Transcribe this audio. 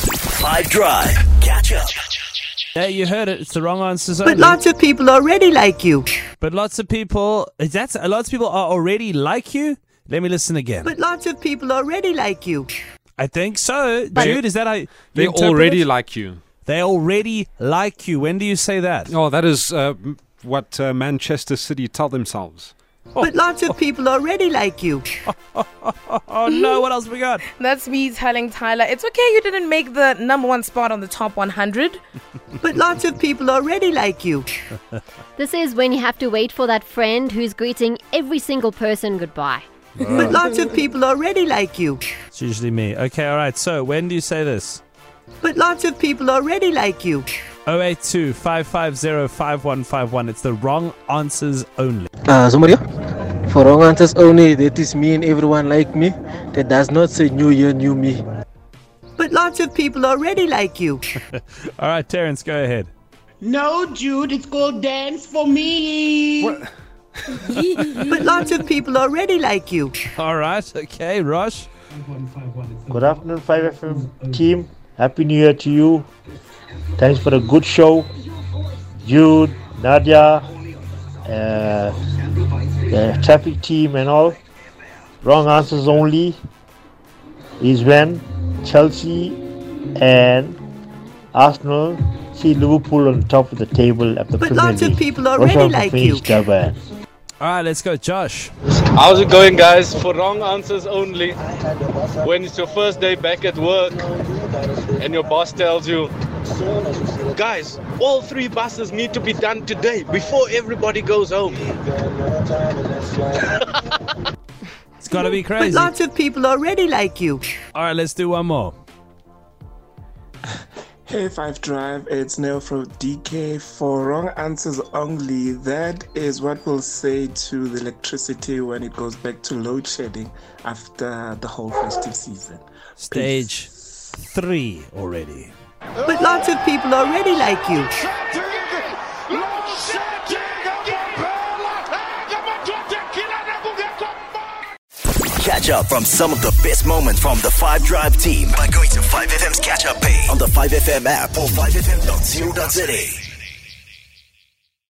Five Drive. Catch up. Yeah, you heard it. It's the wrong answers only. But lots of people already like you. But lots of people, that's lots of people are already like you. Let me listen again. But lots of people already like you. I think so, But- Jude. Is that how you They interpret already it? like you. they already like you? When do you say that? Oh, that is uh, m- what uh, Manchester City tell themselves. But lots of people already like you. Oh no! What else we got? That's me telling Tyler, it's okay you didn't make the number one spot on the top 100. But lots of people already like you. This is when you have to wait for that friend who's greeting every single person goodbye. But lots of people already like you. It's usually me. Okay, all right. So when do you say this? But lots of people already like you. 082 550 5151. It's the wrong answers only. Uh, somebody? For wrong answers only, that is me and everyone like me. That does not say new year, new me. But lots of people already like you. All right, Terrence, go ahead. No, Jude, it's called dance for me. But lots of people already like you. All right. Okay, Rosh. Good afternoon, 5FM team. Happy New Year to you. Thanks for a good show. You, Nadia, uh, the traffic team, and all. Wrong answers only is when Chelsea and Arsenal see Liverpool on top of the table at the But Premier lots of League. people already Rochelle like Finish, you. Durban. All right, let's go, Josh. How's it going, guys? For wrong answers only. When it's your first day back at work and your boss tells you, guys, all three buses need to be done today before everybody goes home. It's got to be But crazy. All lots of people already like you. right, let's do one more. Hey, Five Drive, it's Neil from DK. For wrong answers only, that is what we'll say to the electricity when it goes back to load shedding after the whole festive season. Stage three already. But lots of people already like you. Catch up from some of the best moments from the Five Drive team by going to 5FM's catch up page on the 5FM app or 5FM.co.za.